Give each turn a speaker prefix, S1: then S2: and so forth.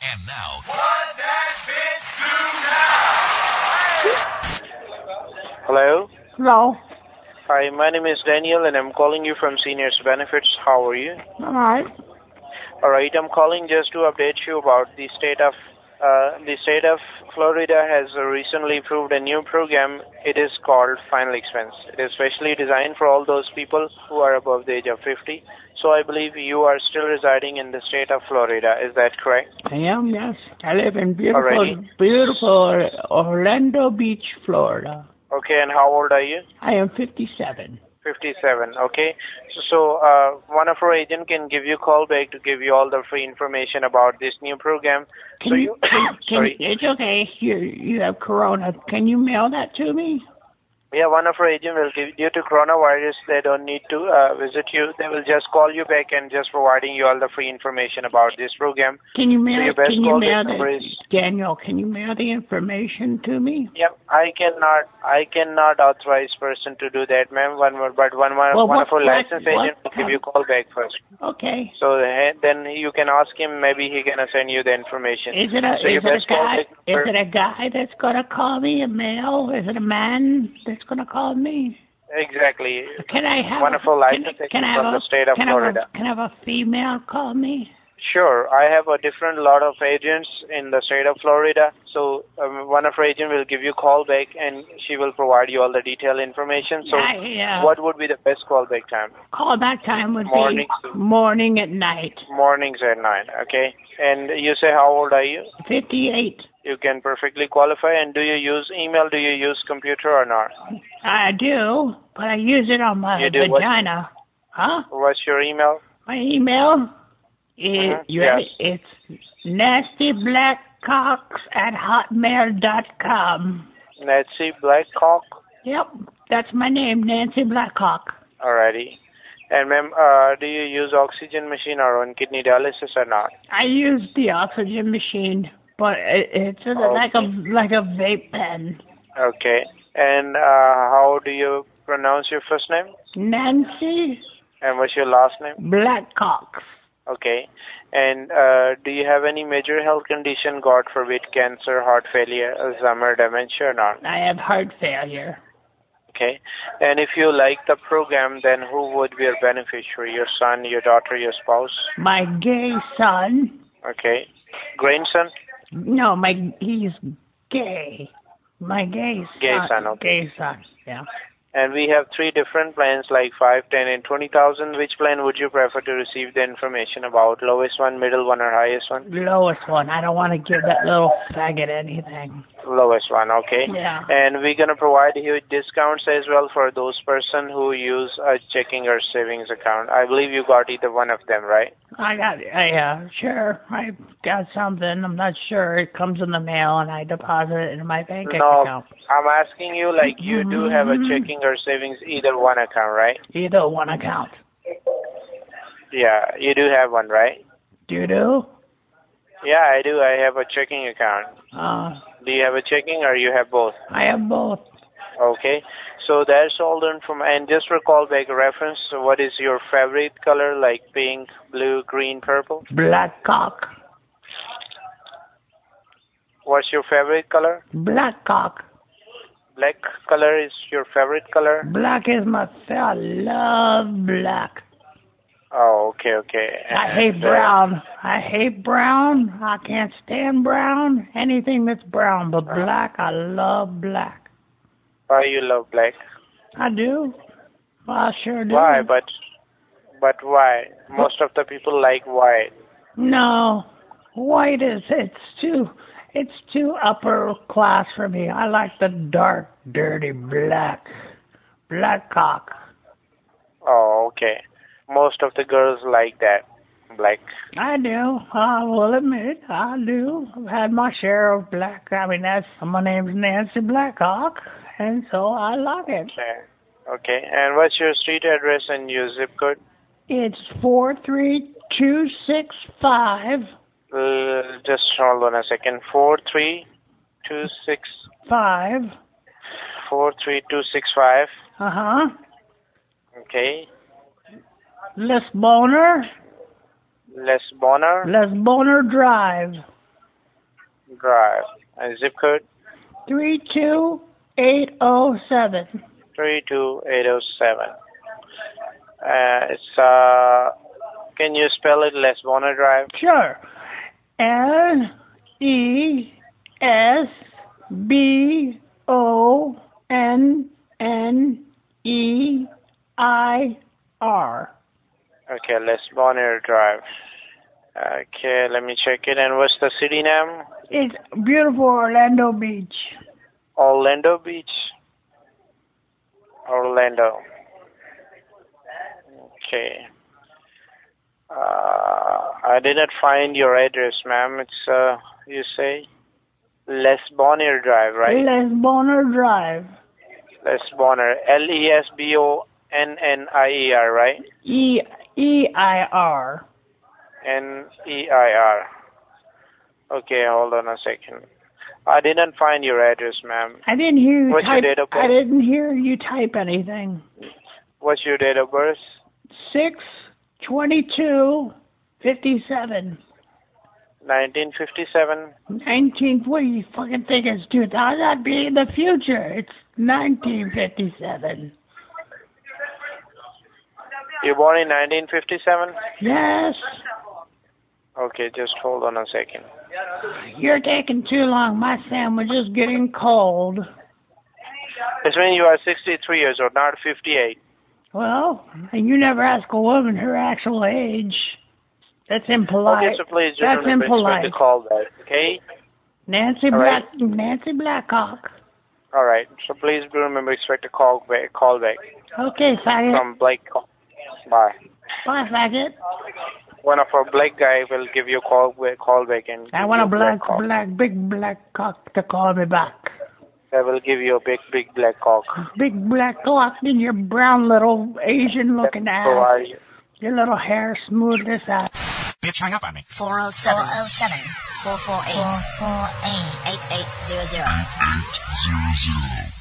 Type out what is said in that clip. S1: And now,
S2: Hello.
S3: Hello.
S2: Hi, my name is Daniel and I'm calling you from Seniors Benefits. How are you?
S3: All right.
S2: Alright, I'm calling just to update you about the state of uh, the state of Florida has recently approved a new program. It is called Final Expense. It is specially designed for all those people who are above the age of 50. So I believe you are still residing in the state of Florida. Is that correct?
S3: I am, yes. I live in beautiful,
S2: Alrighty.
S3: beautiful Orlando Beach, Florida.
S2: Okay, and how old are you?
S3: I am 57.
S2: 57 okay so uh, one of our agent can give you call back to give you all the free information about this new program
S3: Can
S2: so
S3: you, can, can,
S2: sorry
S3: it's okay. You, you have corona. Can you mail that to me?
S2: yeah one of our agent will give due to coronavirus they don't need to uh, visit you they will just call you back and just providing you all the free information about this program
S3: Can you mail?
S2: your best
S3: can you
S2: call is
S3: mail
S2: number
S3: the,
S2: is-
S3: Daniel? Can you mail the information to me?
S2: Yep, I cannot, I cannot authorize person to do that, ma'am. One more, but one more,
S3: Well,
S2: one
S3: what-
S2: of our
S3: what-
S2: licensed
S3: what-
S2: agent will give you call back first.
S3: Okay.
S2: So eh, then you can ask him. Maybe he gonna send you the information.
S3: Is it a
S2: so your
S3: is it
S2: best
S3: a
S2: call
S3: guy? Is
S2: is number-
S3: it a guy that's gonna call me? A male? Is it a man that's gonna call me?
S2: Exactly.
S3: Can I have
S2: Wonderful
S3: a, can,
S2: license
S3: can I have
S2: from the
S3: a,
S2: state of
S3: can I have a-
S2: Florida.
S3: can I have a female call me?
S2: Sure, I have a different lot of agents in the state of Florida. So um, one of our agent will give you call back, and she will provide you all the detailed information. So
S3: I, uh,
S2: what would be the best call back time?
S3: call back time would
S2: Morning.
S3: be morning at night.
S2: Mornings at nine. Okay. And you say how old are you?
S3: Fifty eight.
S2: You can perfectly qualify. And do you use email? Do you use computer or not?
S3: I do, but I use it on my
S2: You do what?
S3: vagina. Huh?
S2: What's your email?
S3: My email is
S2: Mhm,
S3: you have
S2: yes.
S3: it, it's nastyblackcocks at hotmail dot com.
S2: Nancy Blackcock.
S3: Yep, that's my name, Nancy Blackcock.
S2: Alrighty. And ma'am, uh, do you use oxygen machine or on kidney dialysis or not?
S3: I use the oxygen machine, but it, it's a,
S2: Oh.
S3: like a like a vape pen.
S2: Okay. And uh, how do you pronounce your first name?
S3: Nancy
S2: And what's your last name?
S3: Blackcock.
S2: Okay. And uh, do you have any major health condition, God forbid, cancer, heart failure, Alzheimer, dementia, or not?
S3: I have heart failure.
S2: Okay. And if you like the program, then who would be your beneficiary? Your son, your daughter, your spouse?
S3: My gay son,
S2: Okay. Grandson?
S3: no, my he's gay. My gay son.
S2: Gay son, okay.
S3: Gay son. Yeah.
S2: And we have three different plans like 5, 10, and 20,000. Which plan would you prefer to receive the information about? Lowest one, middle one, or highest one?
S3: Lowest one. I don't want to give that little faggot anything.
S2: lowest one okay
S3: Yeah.
S2: and we're going to provide huge discounts as well for those person who use a checking or savings account i believe you got either one of them right
S3: I got, I, uh, sure, I got something. I'm not sure. It comes in the mail, and I deposit it in my bank
S2: no
S3: account.
S2: i'm asking you like you do have a
S3: Mhm.
S2: checking or savings either one account right
S3: Either one account.
S2: yeah you do have one right
S3: Do you do?
S2: yeah i do i have a checking account
S3: Uh,
S2: do you have a checking or you have both
S3: I have both.
S2: okay so that's all the inform and just recall back reference what is your favorite color like pink blue green purple
S3: Black cock.
S2: what's your favorite color
S3: Black cock.
S2: Black color is your favorite color?
S3: Black is my favorite. I love black.
S2: Oh, okay, okay.
S3: I hate
S2: And, uh,
S3: brown. I hate brown. I can't stand brown. Anything that's brown, but black, I love black.
S2: Why you love black?
S3: I do. I sure do.
S2: Why? But but why? Most of the people like white.
S3: No, white is it's too it's too upper class for me. I like the dark, dirty black, black cock.
S2: Oh, okay. Most of the girls like that. Black.
S3: I do. I will admit, I do. I've had my share of black. I mean, that's my name's Nancy Blackhawk, and so I like it.
S2: Okay. Okay. And what's your street address and your zip code?
S3: It's four three two six five
S2: Uh, just hold on a second. Four three two six
S3: five.
S2: four three two six five.
S3: Uh huh.
S2: Okay.
S3: Les Boner,
S2: Les Bonner.
S3: Les Boner Drive,
S2: Drive. And zip code?
S3: 32807.
S2: 32807. Uh, it's, uh, can you spell it Les Bonner Drive?
S3: Sure. L E S B O N N E I R.
S2: Okay, Les Bonner Drive. Okay, let me check it. And what's the city name?
S3: It's beautiful Orlando Beach.
S2: Orlando Beach. Orlando. Okay. Uh, I did not find your address, ma'am. It's, uh, you say Les Bonner Drive, right?
S3: Les Bonner Drive.
S2: Les Bonner. L E S B O N N I E R, right?
S3: E E I R.
S2: N E I R. Okay, hold on a second. I didn't find your address, ma'am.
S3: I didn't hear you
S2: What's your
S3: type.
S2: date of birth?
S3: I didn't hear you type anything.
S2: What's your date of birth?
S3: Six twenty-two fifty-seven.
S2: 1957.
S3: 19, what do you fucking think it's 2000? That'd be in the future. It's 1957.
S2: You born in 1957?
S3: Yes,
S2: Okay, just hold on a second.
S3: you're taking too long. My sandwich is getting cold.
S2: This means you are 63 years old, not 58.
S3: Well, and you never ask a woman her actual age. That's
S2: Okay,
S3: impolite.
S2: so please do
S3: That's
S2: not expect to
S3: impolite.
S2: call back, okay?
S3: Nancy
S2: all
S3: Black,
S2: right.
S3: Nancy Blackhawk.
S2: All right. So please do remember expect a call back, call back
S3: Okay, faggot.
S2: from Blake. Bye.
S3: Bye, faggot.
S2: One of our black guy will give you a call back, call back and
S3: I
S2: give
S3: want
S2: you
S3: a black,
S2: cock.
S3: black, big black cock to call me back.
S2: I will give you a big, big black cock.
S3: Big black cock in your brown little Asian looking ass.
S2: So are you?
S3: Your little hair smooth this out.
S1: Bitch, hang up on me.
S4: 407 407 448 448 8800.